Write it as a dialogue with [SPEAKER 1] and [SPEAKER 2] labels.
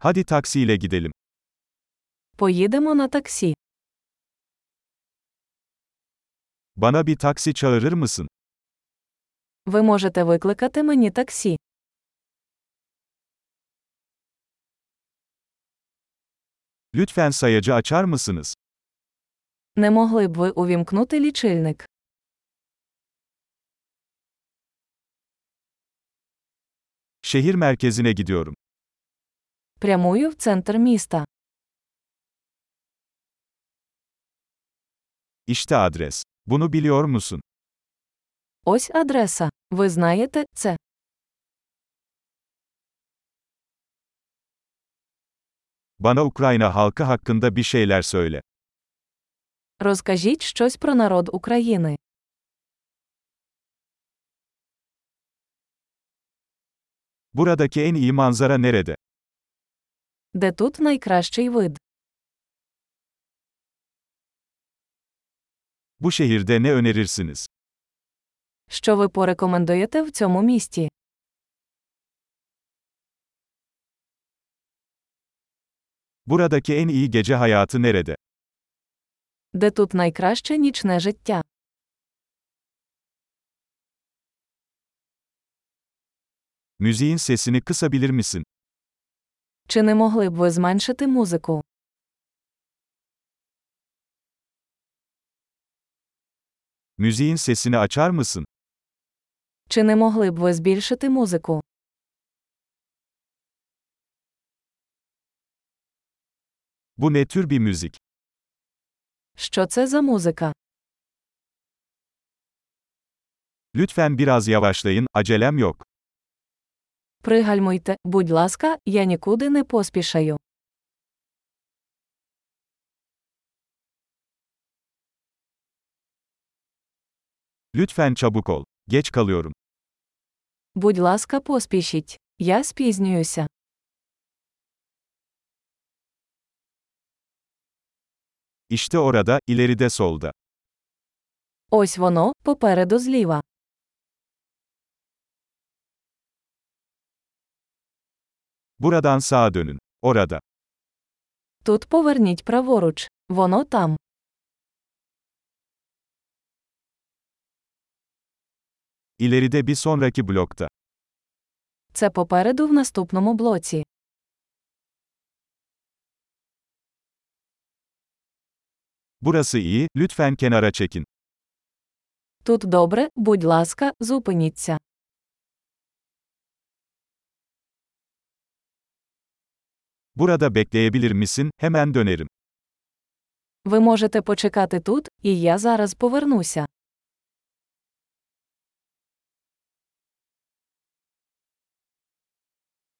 [SPEAKER 1] Hadi taksiyle gidelim.
[SPEAKER 2] Поїдемо на таксі.
[SPEAKER 1] Bana bir taksi çağırır mısın?
[SPEAKER 2] Ви можете викликати мені таксі.
[SPEAKER 1] Lütfen sayacı açar mısınız?
[SPEAKER 2] Не могли б ви увімкнути лічильник?
[SPEAKER 1] Şehir merkezine gidiyorum.
[SPEAKER 2] Прямую в центр міста.
[SPEAKER 1] İşte adres. Bunu biliyor musun?
[SPEAKER 2] Ось адреса. Ви знаєте це.
[SPEAKER 1] Bana Ukrayna halkı hakkında bir şeyler söyle.
[SPEAKER 2] Розкажіть щось про народ України.
[SPEAKER 1] Buradaki en iyi manzara nerede?
[SPEAKER 2] Де тут найкращий вид?
[SPEAKER 1] Bu şehirde ne önerirsiniz?
[SPEAKER 2] Що ви порекомендуєте в цьому місті?
[SPEAKER 1] Buradaki en iyi gece hayatı nerede?
[SPEAKER 2] Де тут найкраще нічне життя?
[SPEAKER 1] Müziğin sesini kısabilir misin?
[SPEAKER 2] Чи не могли б ви зменшити музику?
[SPEAKER 1] Müziğin sesini açar mısın?
[SPEAKER 2] Чи не могли б ви збільшити музику?
[SPEAKER 1] Bu ne tür bir müzik?
[SPEAKER 2] Що це за музика?
[SPEAKER 1] Lütfen biraz yavaşlayın, acelem yok.
[SPEAKER 2] Пригальмуйте, будь ласка, я нікуди не поспішаю.
[SPEAKER 1] Lütfen çabuk ol. Geç kalıyorum.
[SPEAKER 2] Будь ласка, поспішіть. Я спізнююся.
[SPEAKER 1] İşte orada, ileride solda.
[SPEAKER 2] Ось воно, попереду зліва.
[SPEAKER 1] Buradan sağa dönün. Orada.
[SPEAKER 2] Тут поверніть праворуч. Воно там.
[SPEAKER 1] İleride bir sonraki blokta.
[SPEAKER 2] Це попереду в наступному блоці.
[SPEAKER 1] Burası iyi, lütfen kenara çekin.
[SPEAKER 2] Тут добре, будь ласка, зупиніться.
[SPEAKER 1] Burada bekleyebilir misin? Hemen dönerim.
[SPEAKER 2] Ви можете почекати тут, і я зараз повернуся.